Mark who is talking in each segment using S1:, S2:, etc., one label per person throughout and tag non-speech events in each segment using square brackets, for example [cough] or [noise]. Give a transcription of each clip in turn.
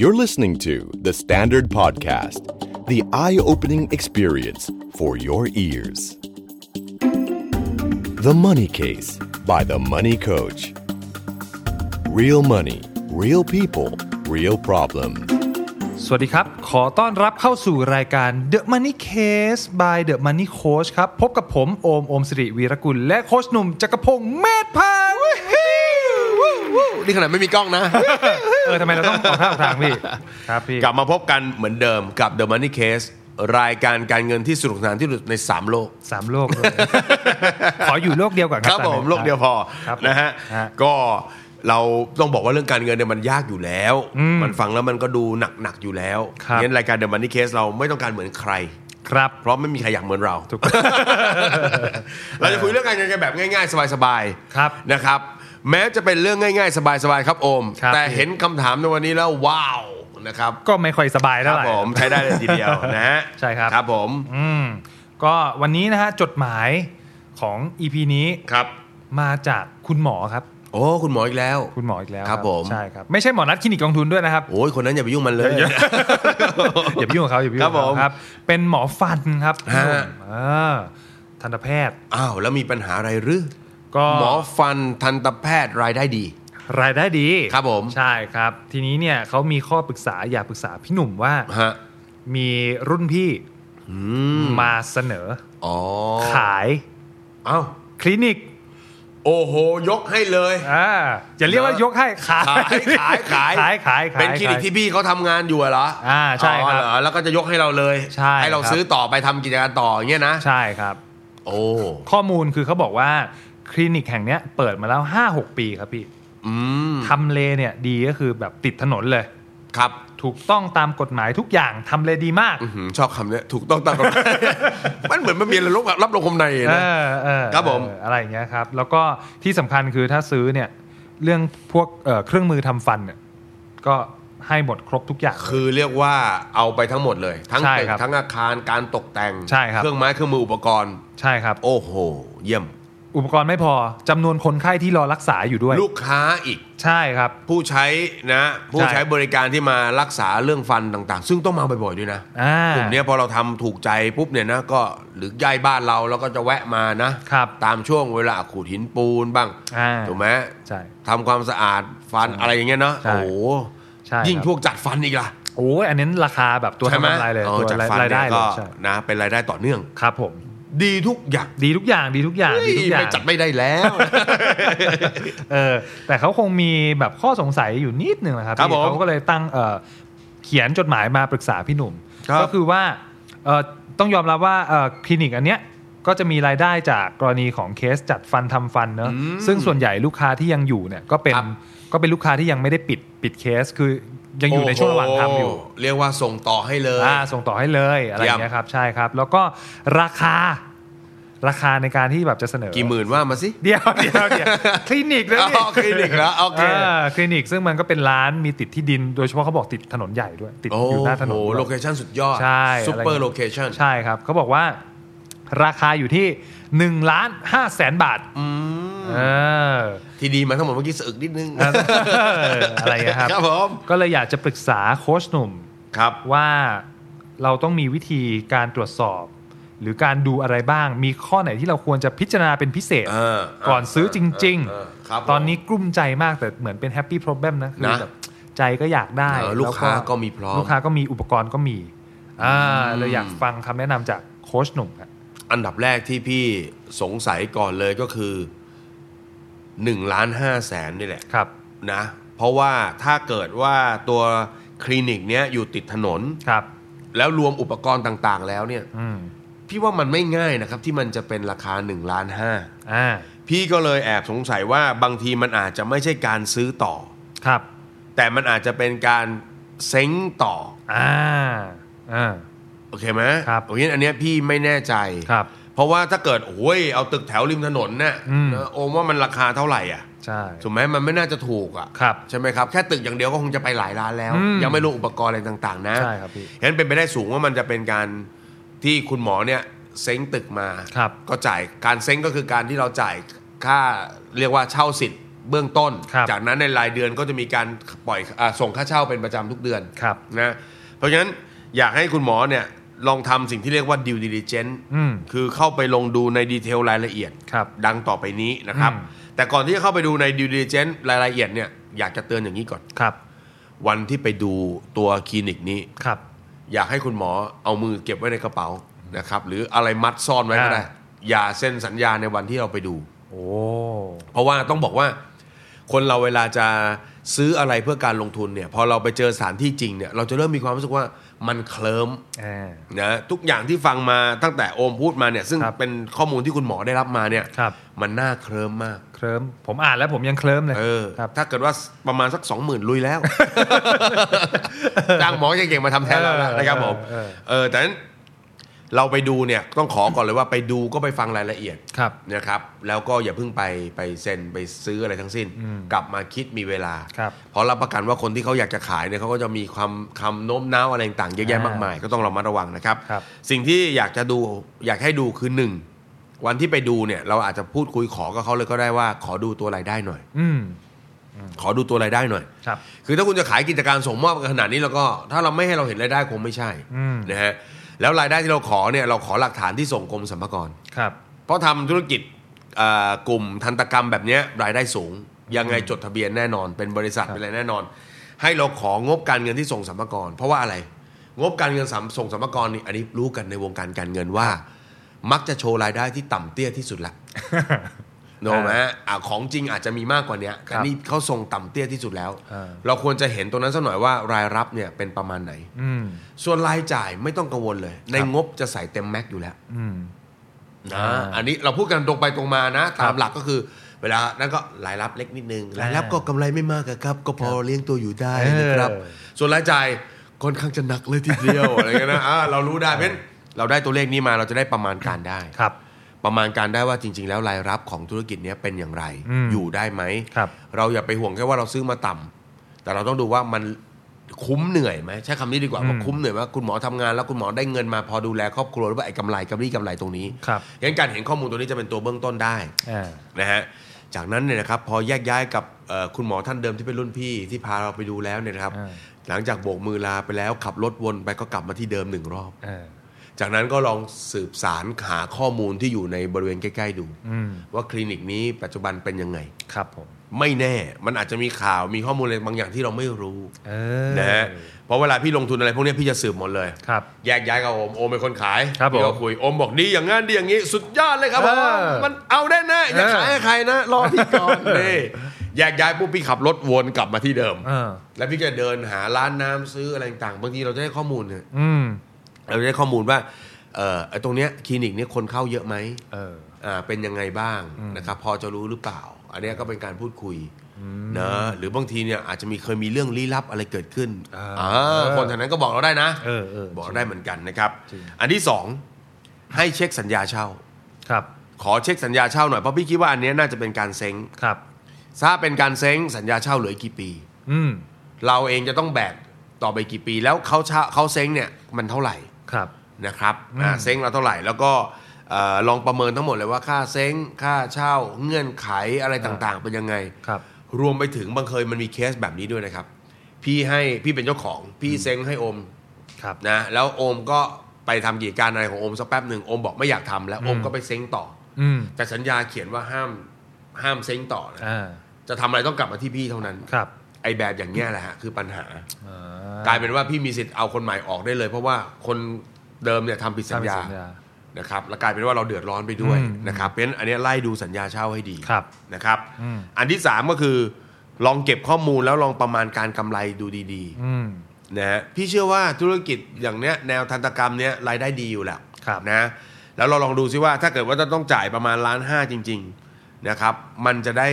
S1: You're listening to The Standard Podcast, the eye opening experience for your ears. The Money Case by The Money Coach. Real money, real people, real problem.
S2: สวัสดีครับ ขอต้อนรับเข้าสู่รายการ The Money Case by The Money Coach ครับ พบกับผม โอม โอมสิริวีรกุล และโคชหนุ่มจักรพงษ์เมธพันธ์
S3: นี่ขนาดไม่มีกล้องนะ
S2: เออทำไมเราต้องออกท่าออกทางพี่ ครับพี่
S3: กลับมาพบกันเหมือนเดิมกับ The Money Case รายการการเงินที่สนุกสนานที่สุดใน 3 โลก
S2: สามโลกเลยขออยู่โลกเดียวก่อนค
S3: ค
S2: รั
S3: รั
S2: บบ ต
S3: ผ
S2: อน
S3: ม
S2: นี้
S3: โลกเดียวพอ
S2: ครับ
S3: นะฮะ
S2: ฮะ
S3: ก็เราต้องบอกว่าเรื่องการเงินเนี่ยมันยากอยู่แล้ว มันฟังแล้วมันก็ดูหนักหนักๆอยู่แล้ว
S2: ครับ
S3: งั้นรายการ The Money Case เราไม่ต้องการเหมือนใคร
S2: ครับ
S3: เพราะไม่มีใครอยากเหมือนเรา
S2: ถูกต้อง
S3: [laughs] เราจะคุยเรื่องการเงินกันแบบง่าย ๆ สบาย
S2: ครับ
S3: ๆนะครับ แม้จะเป็นเรื่องง่าย ๆ สบายๆครับโอม
S2: ครับ
S3: แต่เห็นคำถามในวันนี้แล้วว้าวนะครับ
S2: ก็ไม่ค่อยสบาย
S3: ค
S2: เท่า
S3: รับ
S2: ไหร่
S3: ผมใช้ได้เลยที
S2: [laughs]
S3: เดียวนะฮะ
S2: ใช่ครับ
S3: ครับผม
S2: อืมก็วันนี้นะฮะ จดหมายของ EP นี้
S3: ครับ
S2: มาจากคุณหมอครับ
S3: โอ้ คุณหมออีกแล้ว
S2: คุณหมออีกแล้ว
S3: ครับผม
S2: ใช่ครับ ไม่ใช่หมอนัดคลินิกกองทุนด้วยนะครับ
S3: โอ้ยคนนั้นอย่าไปยุ่งมันเลย
S2: [laughs] อย่าไปยุ่งกับเขาอย่าไปยุ่งกั
S3: ครับ บ
S2: เขา
S3: ผม
S2: ครับ เป็นหมอฟันครับ
S3: ฮะ
S2: หนุ่มเออทันตแพทย์
S3: [laughs] อ้าว แล้วมีปัญหาอะไรหรือ
S2: ก็
S3: หมอฟันทันตแพทย์รายได้ดี
S2: รายได้ดี
S3: ครับผม
S2: ใช่ครับ ทีนี้เนี่ยเขามีข้อปรึกษาอยากปรึกษาพี่หนุ่มว่า
S3: ฮะ
S2: มีรุ่นพี่มาเสนอ
S3: อ๋อ
S2: อขาย
S3: เอ้า
S2: คลินิก
S3: โอ้โห ยกให้เลย
S2: อ่าอย่าเรียกว่ายกให้ขาย
S3: ขาย
S2: [laughs]
S3: ขาย
S2: ขายขายขาย
S3: เป็นคลินิกที่พี่เขาทำงานอยู่อะเหรอ
S2: อ่าใช่ครับ
S3: อ๋อเหอแล้วก็จะยกให้เราเลย
S2: ใช่
S3: ให้เรา
S2: ครับ
S3: ซื้อต่อไปทำกิจการต่ออย่างเงี้ยนะ
S2: ใช่ครับ
S3: โอ้
S2: ข้อมูลคือเขาบอกว่าคลินิกแห่งเนี้ยเปิดมาแล้ว 5-6 ปีครับพี่
S3: อืม
S2: ทำเลเนี่ยดีก็คือแบบติดถนนเลย
S3: ครับ
S2: ถูกต้องตามกฎหมายทุกอย่างทำเลยดีมาก
S3: อื้อหือชอบคำเนี้ยถูกต้องตามกฎหมาย [laughs] มันเหมือนมันมีอะไรรับลงคมใน
S2: เอ
S3: นะ
S2: อเออ
S3: ครับผม
S2: เอออะไรอย่างเงี้ยครับ แล้วก็ที่สำคัญคือถ้าซื้อเนี่ย เรื่องพวกเอ่อเครื่องมือทำฟันเนี่ยก็ให้หมดครบทุกอย่าง
S3: คือเรียกว่าเอาไปทั้งหมดเลย ทั้ง
S2: ใช่
S3: ตึก
S2: ครับ
S3: ทั้งอาคารการตกแต่ง
S2: ใช่ครับ
S3: เครื่องไม้เครื่องมืออุปกรณ์
S2: ใช่ครับ
S3: โอ้โห เยี่ยม
S2: อุปกรณ์ไม่พอจำนวนคนไข้ที่รอรักษาอยู่ด้วย
S3: ลูกค้าอีก
S2: ใช่ครับ
S3: ผู้ใช้นะ ผู้
S2: ใช่
S3: ใช้บริการที่มารักษาเรื่องฟันต่างๆ ซึ่งต้องมาบ่อยๆด้วยนะ
S2: อ่าก
S3: ลุ่มเนี้ยพอเราทำถูกใจปุ๊บเนี่ยนะก็หรือย้ายบ้านเราเราก็จะแวะมานะครับ ตามช่วงเวลาขูดหินปูนบ้าง
S2: อ่า
S3: ถูกไหม
S2: ใช่
S3: ทำความสะอาดฟันอะไรอย่างเงี้ยเนาะ
S2: ใช่
S3: โอ้โห
S2: ใช่ครับ
S3: ยิ่งพวกจัดฟันอีกล่ะ
S2: โอ้ยอันนี้นราคาแบบตัว
S3: ใช่
S2: ทำ
S3: ไหม
S2: กำไรเลย
S3: อ๋อ
S2: ตัว
S3: จัดฟัน
S2: ราย
S3: เนี่
S2: ได้
S3: ย
S2: เล
S3: ก็
S2: ยใช่
S3: นะเป็นรายได้ต่อเนื่อง
S2: ครับผม
S3: ดีทุกอย่าง
S2: ดีทุกอย่างดีทุกอย่างดีทุกอย่าง
S3: ไปจัดไม่ได้แล้ว
S2: เออแต่เขาคงมีแบบข้อสงสัยอยู่นิดหนึ่งนะครับ
S3: ครับ
S2: พี่
S3: ผม
S2: เขาก็เลยตั้งเออเขียนจดหมายมาปรึกษาพี่หนุ่ม
S3: ครับ
S2: ก็คือว่าเออต้องยอมรับว่าเออคลินิกอันเนี้ยก็จะมีรายได้จากกรณีของเคสจัดฟันทำฟันเนอะซึ่งส่วนใหญ่ลูกค้าที่ยังอยู่เนี่ยก็เป็นก็เป็นลูกค้าที่ยังไม่ได้ปิดปิดเคสคือยังอยู่ในช่วงระหว่างทำอยู่
S3: โโหเรียกว่าส่งต่อให้เลย
S2: อ่าส่งต่อให้เลยอะไรอย่างเงี้ยครับใช่ครับ แล้วก็ราคาราคาในการที่แบบจะเสนอ
S3: กี่หมื่นว่ามาสิ
S2: เดียวเดียวเดียวคลินิกแล้ว
S3: อ๋อคลินิกแล้วโอเค
S2: าคลินิกซึ่งมันก็เป็นร้านมีติดที่ดิน โดยเฉพาะเขาบอกติดถนนใหญ่ด้วย ติด
S3: โอ้
S2: อยู่หน้าถน
S3: โห
S2: น
S3: โล
S2: ด้
S3: เค
S2: วย
S3: ชั่นสุดยอด
S2: ใช่
S3: ซุปเปอ
S2: อะไรอย่างเงี้ย
S3: ร์โลเคชั่น
S2: ใช่ครับเขาบอกว่าราคาอยู่ที่1นึ่งล้านห้าแสนบาทเออ
S3: ทีดีมาทั้งหมดเมื่อกี้สะอึกนิดนึง
S2: อะไรอย่างเงี้ยครับ
S3: ครับผม
S2: ก็เลยอยากจะปรึกษาโค้ชหนุ่ม
S3: ครับ
S2: ว่าเราต้องมีวิธีการตรวจสอบ หรือการดูอะไรบ้าง มีข้อไหนที่เราควรจะพิจารณาเป็นพิเศษ
S3: เออ
S2: ก่อนซื้อจริง
S3: เออ
S2: ๆ
S3: ครับผม
S2: ตอนนี้กลุ้มใจมากแต่เหมือนเป็นแฮปปี้ o b บ e m นะคือ
S3: นะ
S2: แบบใจก็อยากได้
S3: เออลูกค้าก็มีพร้อม
S2: ลูกค้าก็มีอุปกรณ์ก็มีอ่าเลยอยากฟังคำแนะนำจากโค้ชหนุ่มครับ
S3: อันดับแรกที่พี่สงสัยก่อนเลยก็คือ1นึ่งล้านห้าแสนนี่แหละ
S2: ครับ
S3: นะ เพราะว่าถ้าเกิดว่าตัวคลินิกเนี้ยอยู่ติดถนน
S2: ครับ
S3: แล้วรวมอุปกรณ์ต่างๆ แล้วเนี่ย
S2: อืม
S3: พี่ว่ามันไม่ง่ายนะครับ ที่มันจะเป็นราคา1นล้านห้า
S2: อ่า
S3: พี่ก็เลยแอบสงสัยว่าบางทีมันอาจจะไม่ใช่การซื้อต่อ
S2: ครับ
S3: แต่มันอาจจะเป็นการเซ้งต่อ
S2: อ่าอ่า
S3: โอเคไหม
S2: ครับ
S3: โอเคอันเนี้ยพี่ไม่แน่ใจ
S2: ครับ
S3: เพราะว่าถ้าเกิดโอ้ยเอาตึกแถวริมถนนเนี่ย
S2: อืม
S3: นะโอมว่ามันราคาเท่าไหร่อ่ะ
S2: ใช่
S3: ถูกไหมมันไม่น่าจะถูกอ่ะ
S2: ครับ
S3: ใช่ไหมครับแค่ตึกอย่างเดียวก็คงจะไปหลายล้านแล้ว
S2: อืม
S3: ยังไม่รวมอุปกรณ์อะไรต่างๆ นะ
S2: ใช่ครับพี่
S3: งั้นเป็นไปได้สูงว่ามันจะเป็นการที่คุณหมอเนี่ยเซ้งตึกมา
S2: ครับ
S3: ก็จ่ายการเซ้งก็คือการที่เราจ่ายค่าเรียกว่าเช่าสิทธิ์ เบื้องต้น
S2: ครับ
S3: จากนั้นในรายเดือนก็จะมีการปล่อยอาส่งค่าเช่าเป็นประจำทุกเดือน
S2: ครับ
S3: นะเพราะฉะนั้นอยากให้คุณหมอเนี่ยลองทำสิ่งที่เรียกว่า due diligence
S2: อืม
S3: คือเข้าไปลงดูในดีเทลรายละเอียด
S2: ครับ
S3: ดังต่อไปนี้นะครับ
S2: อืม
S3: แต่ก่อนที่จะเข้าไปดูใน due diligence รายละเอียดเนี่ยอยากจะเตือนอย่างนี้ก่อน
S2: ครับ
S3: วันที่ไปดูตัวคลินิกนี้
S2: ครับ
S3: อยากให้คุณหมอเอามือเก็บไว้ในกระเป๋านะครับ หรืออะไรมัดซ่อนไว้ก็ได้
S2: อ่า
S3: อย่าเซ็นสัญญาในวันที่เราไปดู
S2: โอ้
S3: เพราะว่าต้องบอกว่าคนเราเวลาจะซื้ออะไรเพื่อการลงทุนเนี่ยพอเราไปเจอสถานที่จริงเนี่ยเราจะเริ่มมีความรู้สึกว่ามันเคลิ้ม
S2: อ่า
S3: นะทุกอย่างที่ฟังมาตั้งแต่โอมพูดมาเนี่ยซึ่ง
S2: ครับ
S3: เป็นข้อมูลที่คุณหมอได้รับมาเนี่ย
S2: ครับ
S3: มันน่าเคลิ้มมาก
S2: เคลิ้มผมอ่านแล้วผมยังเคลิ้มเลย
S3: เออ
S2: ครับ
S3: ถ้าเกิดว่าประมาณสัก 20,000 ลุยแล้ว จ้างหมอเก่งๆมาทำแทนเราแล้วนะครับผม
S2: เออ
S3: เออแต่นั้นเราไปดูเนี่ยต้องขอก่อนเลยว่าไปดูก็ไปฟังรายละเอียด
S2: ครับ
S3: นะครับแล้วก็อย่าเพิ่งไปไปเซ็นไปซื้ออะไรทั้ง
S2: อื
S3: สิ้
S2: ม
S3: น กลับมาคิดมีเวลา
S2: ครับ
S3: เพราะรับประกันว่าคนที่เขาอยากจะขายเนี่ยเขาก็จะมีความคำโน้มน้าวอะไรต่างๆเยอะแยะ
S2: อ่าม
S3: มากมาย ก็ต้องระมัดระวังนะครับ
S2: ครับ
S3: สิ่งที่อยากจะดูอยากให้ดูคือหนึ่งวันที่ไปดูเนี่ยเราอาจจะพูดคุยขอกับเขาเลยก็ได้ว่า ขอดูตัวรายได้หน่อย
S2: อืม
S3: ขอดูตัวรายได้หน่อย
S2: ครับ
S3: คือถ้าคุณจะขายกิจการส่งมอบกันขนาดนี้แล้วก็ ถ้าเราไม่ให้เราเห็นรายได้คงไม่ใช่
S2: อืม
S3: นะฮะแล้วรายได้ที่เราขอเนี่ยเราขอหลักฐานที่ส่งกรมสรรพากร
S2: ครับ
S3: เพราะทำธุรกิจเอ่อกลุ่มทันตกรรมแบบเนี้ยรายได้สูง ยังไงจดทะเบียนแน่นอน เป็นบริษัท
S2: ครับ
S3: เป็นอะไรแน่นอน ให้เราของบการเงินที่ส่งสัมภาระเพราะว่าอะไร งบการเงินสัมส่งสัมภาระนี่อันนี้รู้กันในวงการการเงินว่า มักจะโชว์รายได้ที่ต่ำเตี้ยที่สุด
S2: [laughs]
S3: ละโนไหมฮะอ่ะของจริงอาจจะมีมากกว่าเนี้ยแต่นี่เขาส่งต่ำเตี้ยที่สุดแล้ว
S2: เออ
S3: เราควรจะเห็นตรงนั้นสักหน่อยว่ารายรับเนี่ยเป็นประมาณไหน
S2: อืม
S3: ส่วนรายจ่ายไม่ต้องกังวลเลย ใน
S2: ครับ
S3: งบจะใส่เต็มแม็กซ์อยู่แล้ว
S2: อืม
S3: นะ
S2: อ่า
S3: อันนี้เราพูดกันตรงไปตรงมานะ
S2: ครับ
S3: ตามหลักก็คือ เวลานั้นก็รายรับเล็กนิดนึง
S2: อ่าร
S3: ายรับก็กำไรไม่มากอะครับ ก็พอเลี้ยงตัวอยู่ได้นะครับ
S2: เออ
S3: ส่วนรายจ่ายค่อนข้างจะหนักเลยทีเดียว อะไรเงี้ยนะอ่าเรารู้ได้เพราะฉะนั้นเราได้ตัวเลขนี้มาเราจะได้ประมาณการได้
S2: ครับ
S3: ประมาณการได้ว่าจริง ๆ แล้วรายรับของธุรกิจเนี้ยเป็นอย่างไร
S2: อืม
S3: อยู่ได้ไหม
S2: ครับ
S3: เราอย่าไปห่วงแค่ว่าเราซื้อมาต่ำแต่เราต้องดูว่ามันคุ้มเหนื่อยไหมใช้คำนี้ดีกว่าว่าคุ้มเหนื่อยไหมคุณหมอทำงานแล้วคุณหมอได้เงินมาพอดูแลครอบครัวหรือว่าไอ้กำไรกำไรกำไรตรงนี้
S2: ครับ
S3: งั้นการเห็นข้อมูลตัวนี้จะเป็นตัวเบื้องต้นได้
S2: อ่า
S3: นะฮะ จากนั้นเนี่ยนะครับพอแยกย้ายกับเอ่อคุณหมอท่านเดิมที่เป็นรุ่นพี่ที่พาเราไปดูแล้วเนี่ยนะครับ
S2: อ่า
S3: หลังจากโบกมือลาไปแล้วขับรถวนไปก็กลับมาที่เดิมหนึ่งรอบ
S2: เออ
S3: จากนั้นก็ลองสืบสารหาข้อมูลที่อยู่ในบริเวณใกล้ๆดู
S2: อืม
S3: ว่าคลินิกนี้ปัจจุบันเป็นยังไง
S2: ครับผม
S3: ไม่แน่มันอาจจะมีข่าวมีข้อมูลอะไรบางอย่างที่เราไม่รู้
S2: เออ
S3: นะฮะเพราะเวลาพี่ลงทุนอะไรพวกเนี้ยพี่จะสืบหมดเลย
S2: ครับ
S3: แยกย้ายกับโอม โอมเป็นคนขาย
S2: ครับผม
S3: พี่ก็คุย โอมบอกดีอย่างงั้นดีอย่างงี้ สุดยอดเลยครับผ
S2: เอ
S3: ม
S2: อ
S3: มันเอาแน่แน่ๆอย่า
S2: เออ
S3: ขายให้ใครนะ รอพี่ก่อนนี่แยกย้ายปุ๊บพี่ขับรถวนกลับมาที่เดิม
S2: เออ
S3: แล้วพี่จะเดินหาร้านน้ำซื้ออะไรต่างๆบางทีเราจะได้ข้อมูลเนี่ย
S2: อืม
S3: เราจะได้ข้อมูลว่าเอ่อไอ้ตรงเนี้ยคลินิกเนี้ยคนเข้าเยอะไหม
S2: เออ
S3: อ่าเป็นยังไงบ้างนะครับพอจะรู้หรือเปล่า อันเนี้ยก็เป็นการพูดคุยนะหรือบางทีเนี่ยอาจจะมีเคยมีเรื่องลี้ลับอะไรเกิดขึ้น
S2: อ่า
S3: อ่าคนแถวนั้นก็บอกเราได้นะ
S2: เออเออ
S3: บอกได้เหมือนกันนะครับ
S2: จริง
S3: อันที่สองให้เช็คสัญญาเช่า
S2: ครับ
S3: ขอเช็คสัญญาเช่าหน่อย เพราะพี่คิดว่าอันเนี้ยน่าจะเป็นการเซ้ง
S2: ครับ
S3: ถ้าเป็นการเซ้งสัญญาเช่าเหลืออีกกี่ปี
S2: อืม
S3: เราเองจะต้องแบกต่อไปกี่ปี แล้วเขาเช่าเขาเซ้งเนี่ยมันเท่าไหร่
S2: ครับ
S3: นะครับอ่าเซ้งเราเท่าไหร่ แล้วก็เอ่อลองประเมินทั้งหมดเลยว่าค่าเซ้งค่าเช่าเงื่อนไขอะไรต่างๆ เป็นยังไง
S2: ครับ
S3: รวมไปถึงบางเคยมันมีเคสแบบนี้ด้วยนะครับ พี่ให้พี่เป็นเจ้าของพี่เซ้งให้อม
S2: ครับ
S3: นะแล้วโอมก็ไปทำกิจการอะไรของโอมสักแป๊บหนึ่งโอมบอกไม่อยากทำแล้วโอม
S2: อืม
S3: ก็ไปเซ้งต่อ
S2: อืม
S3: แต่สัญญาเขียนว่าห้ามห้ามเซ้งต่อนะ
S2: อ่า
S3: จะทำอะไรต้องกลับมาที่พี่เท่านั้น
S2: ครับ
S3: ไอแบบอย่างเงี้ยแหละฮะคือปัญหา
S2: อ่
S3: กลายเป็นว่าพี่มีสิทธิ์เอาคนใหม่ออกได้เลย เพราะว่าคนเดิมเนี่ยทำผิดสัญญา
S2: ทำเป็นสัญญา
S3: นะครับแล้วกลายเป็นว่าเราเดือดร้อนไปด้วย
S2: อืม
S3: นะครับเพราะฉะนั้นอันเนี้ยไล่ดูสัญญาเช่าให้ดี
S2: ครับ
S3: นะครับ
S2: อืม
S3: อันที่สามก็คือลองเก็บข้อมูลแล้วลองประมาณการกำไรดูดีๆ
S2: อืม
S3: นะฮะพี่เชื่อว่าธุรกิจอย่างเนี้ยแนวทันตกรรมเนี้ยรายได้ดีอยู่แล้ว
S2: ครับ
S3: นะแล้วเราลองดูซิว่าถ้าเกิดว่าจะต้องจ่ายประมาณล้านห้าจริงๆนะครับมันจะได้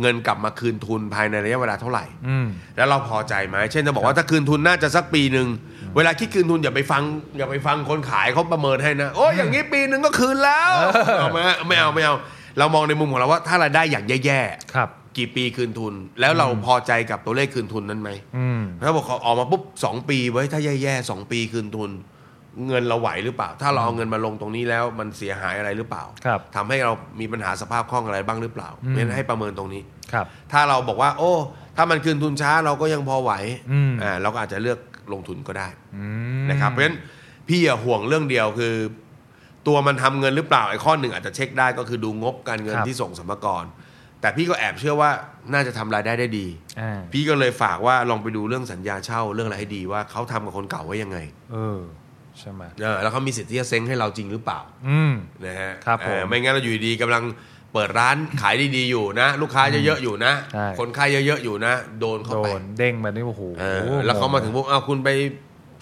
S3: เงินกลับมาคืนทุนภายในระยะเวลาเท่าไหร่
S2: อืม
S3: แล้วเราพอใจไหมเช่นจะบอกว่าถ้าคืนทุนน่าจะสักปีหนึ่งเวลาคิดคืนทุนอย่าไปฟังอย่าไปฟังคนขายเขาประเมินให้นะโอ้ยอย่างนี้ปีหนึ่งก็คืน [laughs] แล้วเอาไหมไม่เอาไม่เอา เรามองในมุมของเราว่าถ้ารายได้อย่างแย่
S2: ครับ
S3: ๆกี่ปีคืนทุน แล้วเราพอใจกับตัวเลขคืนทุนนั้นไหม
S2: อืม
S3: ถ้าบอกเขาออกมาปุ๊บสองปีไว้ยถ้าแย่ๆสองปีคืนทุน เงินเราไหวหรือเปล่า ถ้าเราเอาเงินมาลงตรงนี้แล้วมันเสียหายอะไรหรือเปล่า
S2: ครับ
S3: ทำให้เรามีปัญหาสภาพคล่องอะไรบ้างหรือเปล่า
S2: อืม
S3: เพราะฉะนั้นให้ประเมินตรงนี้
S2: ครับ
S3: ถ้าเราบอกว่า โอ้ ถ้ามันคืนทุนช้าเราก็ยังพอไหว
S2: อืม
S3: อ่าเราก็อาจจะเลือกลงทุนก็ได้
S2: อืม
S3: นะครับ เพราะฉะนั้นพี่อย่าห่วงเรื่องเดียวคือ ตัวมันทำเงินหรือเปล่าไอ้ข้อหนึ่งอาจจะเช็คได้ก็คือดูงบการเงินที่ส่งสมกร แต่พี่ก็แอบเชื่อว่าน่าจะทำรายได้ได้ดี
S2: อ่า
S3: พี่ก็เลยฝากว่าลองไปดูเรื่องสัญญาเช่าเรื่องอะไรให้ดีว่าเขาทำกับคนเก่าไว้ยังไง
S2: เออใช่ไหม
S3: เออแล้วเขามีสิทธิ์ที่จะเซ้งให้เราจริงหรือเปล่า
S2: อืม
S3: นะฮะ
S2: ครับ
S3: เอ่อ
S2: ผม
S3: ไม่งั้นเราอยู่ดีๆกำลังเปิดร้านขายดีๆอยู่นะ ลูกค้าเยอะๆอยู่นะ
S2: ใช่
S3: คนไข้เยอะๆอยู่นะ โดนเข้า
S2: โด
S3: ไป
S2: นเด้งมานี่โอ้โห
S3: เออแล้วเขามาถึงพวกเอาวคุณไป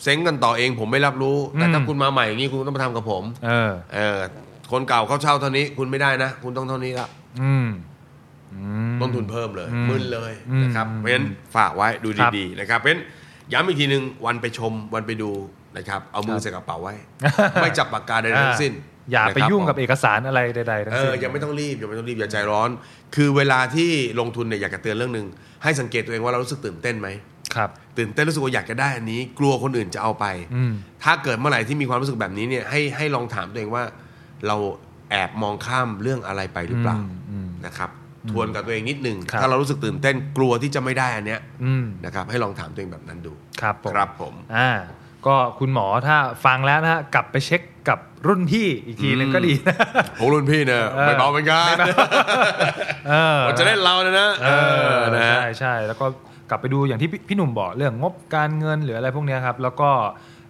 S3: เซ้งกันต่อเองผมไม่รับรู้ แต่
S2: อืม
S3: ถ้าคุณมาใหม่อย่างนี้คุณต้องมาทำกับผม
S2: เออ
S3: เออคนเก่าเขาเช่าเท่านี้คุณไม่ได้นะ คุณต้องเท่านี้ละ
S2: อืมอืม
S3: ต้นทุนเพิ่มเลย
S2: อืม
S3: มึนเลย
S2: อืม
S3: นะครับเพราะฉะนั้นฝากไว้ดูดีๆนะครับเพราะฉะนั้นย้ำอีกทีหนึ่งวันไปชมวันไปดูนะครับเอามือใส่กระเป๋า
S2: [laughs]
S3: ไว้ ไม่จับปากกาใดๆทั้งสิ้น
S2: อ่าอย่าไป
S3: นะครับ
S2: ยุ่งกับ
S3: ผม
S2: เอกสารอะไรใดๆทั้ง
S3: เอ
S2: สิ้น
S3: อยังไม่ต้องรีบยังไม่ต้องรีบอย่าใจร้อน คือเวลาที่ลงทุนเนี่ยอยากจะเตือนเรื่องหนึ่งให้สังเกตตัวเองว่าเรารู้สึกตื่นเต้นไหม
S2: ครับ
S3: ตื่นเต้นรู้สึกว่าอยากจะได้อันนี้ กลัวคนอื่นจะเอาไป
S2: อืม
S3: ถ้าเกิดเมื่อไหร่ที่มีความรู้สึกแบบนี้เนี่ยให้ให้ลองถามตัวเองว่า เราแอบมองข้ามเรื่องอะไรไปหรือเปล่า
S2: อืมอืม
S3: นะครับ ทวนกับตัวเองนิดหนึ่ง
S2: ครับ
S3: ถ้าเรารู้สึกตื่นเต้นกลัวที่จะไม่ได้อันเนี้ย
S2: อืม
S3: นะครับให้ลองถามตัวเองแบบนั้นดู
S2: ครับผม
S3: ครับผม
S2: อ่า ก็คุณหมอถ้าฟังแล้วนะฮะกลับไปเช็คกับรุ่นพี่อีกทีหนึงก็ดีนะ
S3: โหรุ่นพี่เนี่ยไม่เบาเหมือนกัน
S2: เออ
S3: จะเล่นเรานะนะ
S2: เออ
S3: นะฮะ
S2: ใช่ใช่แล้วก็กลับไปดูอย่างที่พี่พี่หนุ่มบอกเรื่องงบการเงินหรืออะไรพวกเนี้ยครับ แล้วก็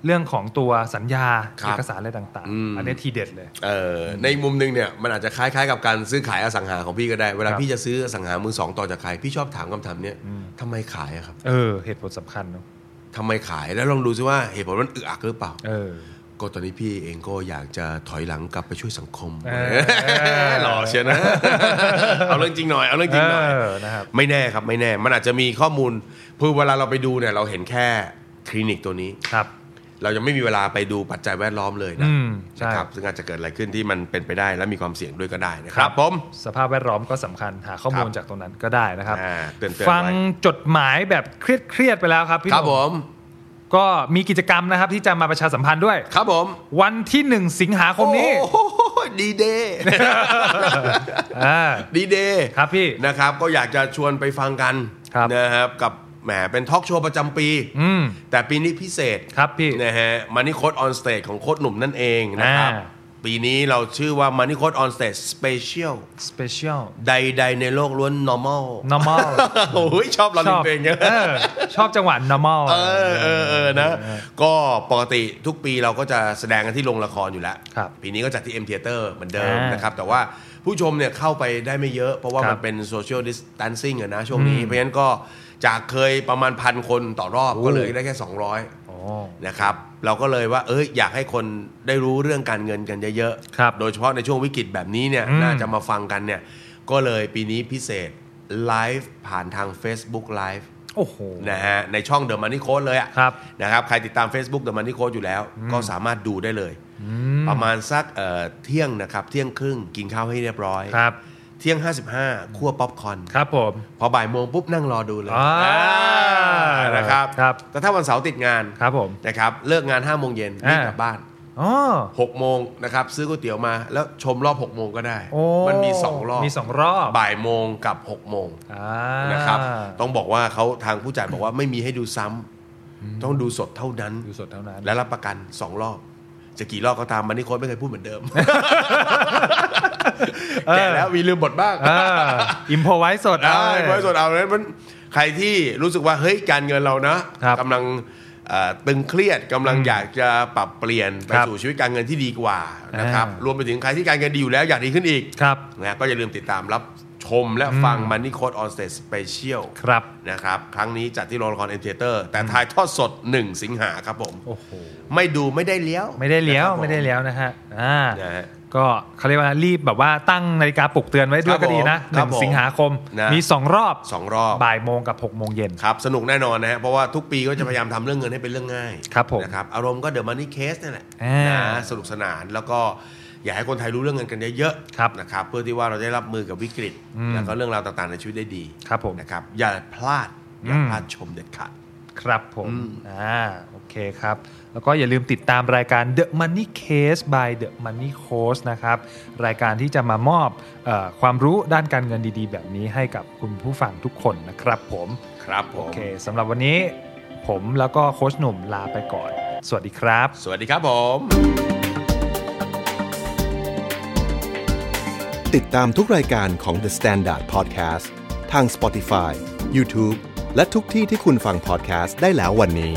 S2: เรื่องของตัวสัญญา
S3: ครับ
S2: เอกสารอะไรต่าง
S3: อืม
S2: ๆ อันนี้ทีเด็ดเลย
S3: เอ่อในมุมหนึงเนี่ยมันอาจจะคล้ายๆกับการซื้อขายอสังหาของพี่ก็ได้ เวลา
S2: ครับ
S3: พี่จะซื้ออสังหามือสองต่อจากใครพี่ชอบถามคำถามเนี้ยทำไมขายอะครับ
S2: เออ เหตุผลสำคัญเนอะ
S3: ทำไมขายแล้วลองดูซิว่าเหตุผลมันอึกอักหรือเปล่า
S2: เออ
S3: ก็ตอนนี้พี่เองก็อยากจะถอยหลังกลับไปช่วยสังคม
S2: เออ
S3: [laughs] หล่อเชียวนะ เอาเรื่องจริงหน่อยเอาเรื่องจริงหน่อย
S2: เออนะครับ
S3: ไม่แน่ครับไม่แน่มันอาจจะมีข้อมูลคือเวลาเราไปดูเนี่ยเราเห็นแค่คลินิกตัวนี้
S2: ครับ
S3: เรายังไม่มีเวลาไปดูปัจจัยแวดล้อมเลยนะ
S2: อืมใช่
S3: นะครับซึ่งอาจจะเกิดอะไรขึ้นที่มันเป็นไปได้และมีความเสี่ยงด้วยก็ได้นะครับผม
S2: สภาพแวดล้อมก็สำคัญหาข้อมูล
S3: ครับ
S2: จากตรงนั้นก็ได้นะครับ
S3: อ่าเตือนๆไว้
S2: ฟังจดหมายแบบเครียดๆไปแล้วครับพี่
S3: ครับ
S2: ห
S3: ผ
S2: นุ่
S3: ม
S2: ก็มีกิจกรรมนะครับที่จะมาประชาสัมพันธ์ด้วย
S3: ครับผม
S2: วันที่ 1 สิงหาคมนี้
S3: ดีเดย์
S2: อ่า
S3: ดีเดย์
S2: ครับพี่
S3: นะครับ ก็อยากจะชวนไปฟังกัน
S2: ครับ
S3: นะครับ กับแหมเป็นทอล์กโชว์ประจำปี
S2: อืม
S3: แต่ปีนี้พิเศษ
S2: ครับพี่
S3: นะฮะมานิโคดออนสเตจของโคดหนุ่มนั่นเองนะครับ
S2: อ่า
S3: ปีนี้เราชื่อว่ามานิโคดออนสเตจสเปเชียล
S2: special
S3: ใดๆในโลกล้วน normal
S2: normal
S3: โอ้ยช [laughs] อบเรา
S2: ช
S3: ลิ
S2: อบ
S3: เพลงเยอะ
S2: เออชอบจังหวะ normal
S3: เออเออเออนะ ก็ปกติทุกปีเราก็จะแสดงกันที่โรงละครอยู่แล้ว
S2: ครับ
S3: ปีนี้ก็จัดที่ M Theater เหมือนเดิม
S2: อ่าน
S3: นะครับ แต่ว่าผู้ชมเนี่ยเข้าไปได้ไม่เยอะ เพราะว่า
S2: ครับ
S3: มันเป็นโซเชียลดิส a ทนซิ่งอะนะ ช่วงนี้ เพราะฉะนั้นก็จากเคยประมาณพันคนต่อรอบ
S2: โอ้
S3: ก็เหลือได้แค่
S2: โอ้
S3: 200 นะครับ เราก็เลยว่า เอ้ยอยากให้คนได้รู้เรื่องการเงินกันเยอะ
S2: ครับ
S3: โดยเฉพาะในช่วงวิกฤตแบบนี้เนี่ย
S2: อืม
S3: น่าจะมาฟังกันเนี่ยก็เลยปีนี้พิเศษไลฟ์ผ่านทาง Facebook Live
S2: โอ้โห
S3: นะฮะในช่อง The Money Code เลยอะ
S2: ครับ
S3: นะครับ ใครติดตาม Facebook The Money Code อยู่แล้ว ก็สามารถดูได้เลย ประมาณสักเอ่อเที่ยงนะครับ เที่ยงครึ่งกินข้าวให้เรียบร้อย
S2: ครับ
S3: เที่ยง 55คั่วป๊อปคอร์น
S2: ครับผม
S3: พอบ่ายโมงปุ๊บนั่งรอดูเลย
S2: อ่า
S3: อ่านะครับ
S2: ครับ
S3: แต่ถ้าวันเสาร์ติดงาน
S2: ครับผม
S3: นะครับเลิกงาน5โมงเย็น
S2: อ่า
S3: รีบกลับบ้าน
S2: อ๋อ
S3: 6โมงนะครับซื้อก๋วยเตี๋ยวมา แล้วชมรอบ6โมงก็ได้
S2: โอ้
S3: มันมี 2 รอบ
S2: มีสองรอบ
S3: บ่ายโมงกับ6โมง
S2: อ่า
S3: นะครับต้องบอกว่าเขาทางผู้จัดบอกว่าไม่มีให้ดูซ้ำต้องดูสดเท่านั้น
S2: ดูสดเท่านั้น
S3: และรับประกันสองรอบ จะกี่รอบก็ตามมันนี่โค้ดไม่เคยพูดเหมือนเดิม
S2: เออ
S3: แก่แล้วมีลืมบทบ้าง
S2: อ่าอิมพอไว้สด
S3: ได้
S2: ลย
S3: ไว้สดเอาแล้วมันใครที่รู้สึกว่าเฮ้ยการเงินเรานะครับ กำลังเอ่อตึงเครียดกำลัง
S2: อืม
S3: อยากจะปรับเปลี่ยนไป
S2: ครับ
S3: สู่ชีวิตการเงินที่ดีกว่านะครับ
S2: อ่าร ร
S3: วมไปถึงใครที่การเงินดีอยู่แล้วอยากดีขึ้นอีก
S2: ครับ
S3: นะก็อย่าลืมติดตามรับชมและฟังมันนี่โค้ดออนสเตจสเปเชียล
S2: ครับ
S3: นะครับ ครั้งนี้จัดที่โรงละครเอ็นเทเตอร์ แต่ถ่ายทอดสด 1 สิงหาครับผม
S2: โอ้โห
S3: ไม่ดูไม่ได้เลี้ยว
S2: ไม่ได้เลี้ยว
S3: นะครับผ
S2: ไม่ได้เลี้ยวนะฮะ อ่า
S3: นะฮะ
S2: ก็เขาเรียกว่ารีบแบบว่าตั้งนาฬิกาปลุกเตือนไว้ด้ว
S3: ครั
S2: ย
S3: บ
S2: ก็ดีนะ
S3: ผ
S2: ห
S3: มครับ
S2: นึ่งสิงหาคม
S3: นะ
S2: มีสองรอบ
S3: สองรอบ
S2: บ่ายโมงกับ6กโมงเย็น
S3: ครับ สนุกแน่นอนนะฮะ เพราะว่าทุกปีก็จะพยายามทำ [coughs] เรื่องเงินให้เป็นเรื่องง่าย
S2: ครับผม
S3: นะครับ อารมณ์ก็เด e m มันนี่เคสนั่นแหละ
S2: อ่าน
S3: นะสนุกสนานแล้วก็อยากให้คนไทยรู้เรื่องเงินกันเยอะๆ
S2: ครับ
S3: นะครับ เพื่อที่ว่าเราได้รับมือกับวิกฤต แล้วก็เรื่องราวต่างๆในชีวิตได้ดี
S2: ครับผม
S3: นะครับ อย่าพลาดอย่า
S2: อืม
S3: พลาดชมเด็ดขาด
S2: ครับผมอ่าโอเคครับ แล้วก็อย่าลืมติดตามรายการ The Money Case by The Money Coach นะครับ รายการที่จะมามอบเออความรู้ด้านการเงินดีๆ แบบนี้ให้กับคุณผู้ฟังทุกคนนะครับผม
S3: ครับผ
S2: โอ
S3: ม
S2: เคสำหรับวันนี้ผมแล้วก็โค้ชหนุ่มลาไปก่อน สวัสดีครับ
S3: สวัสดีครับผม
S1: ติดตามทุกรายการของ The Standard Podcast ทาง Spotify, YouTube และทุกที่ที่คุณฟัง podcast ได้แล้ววันนี้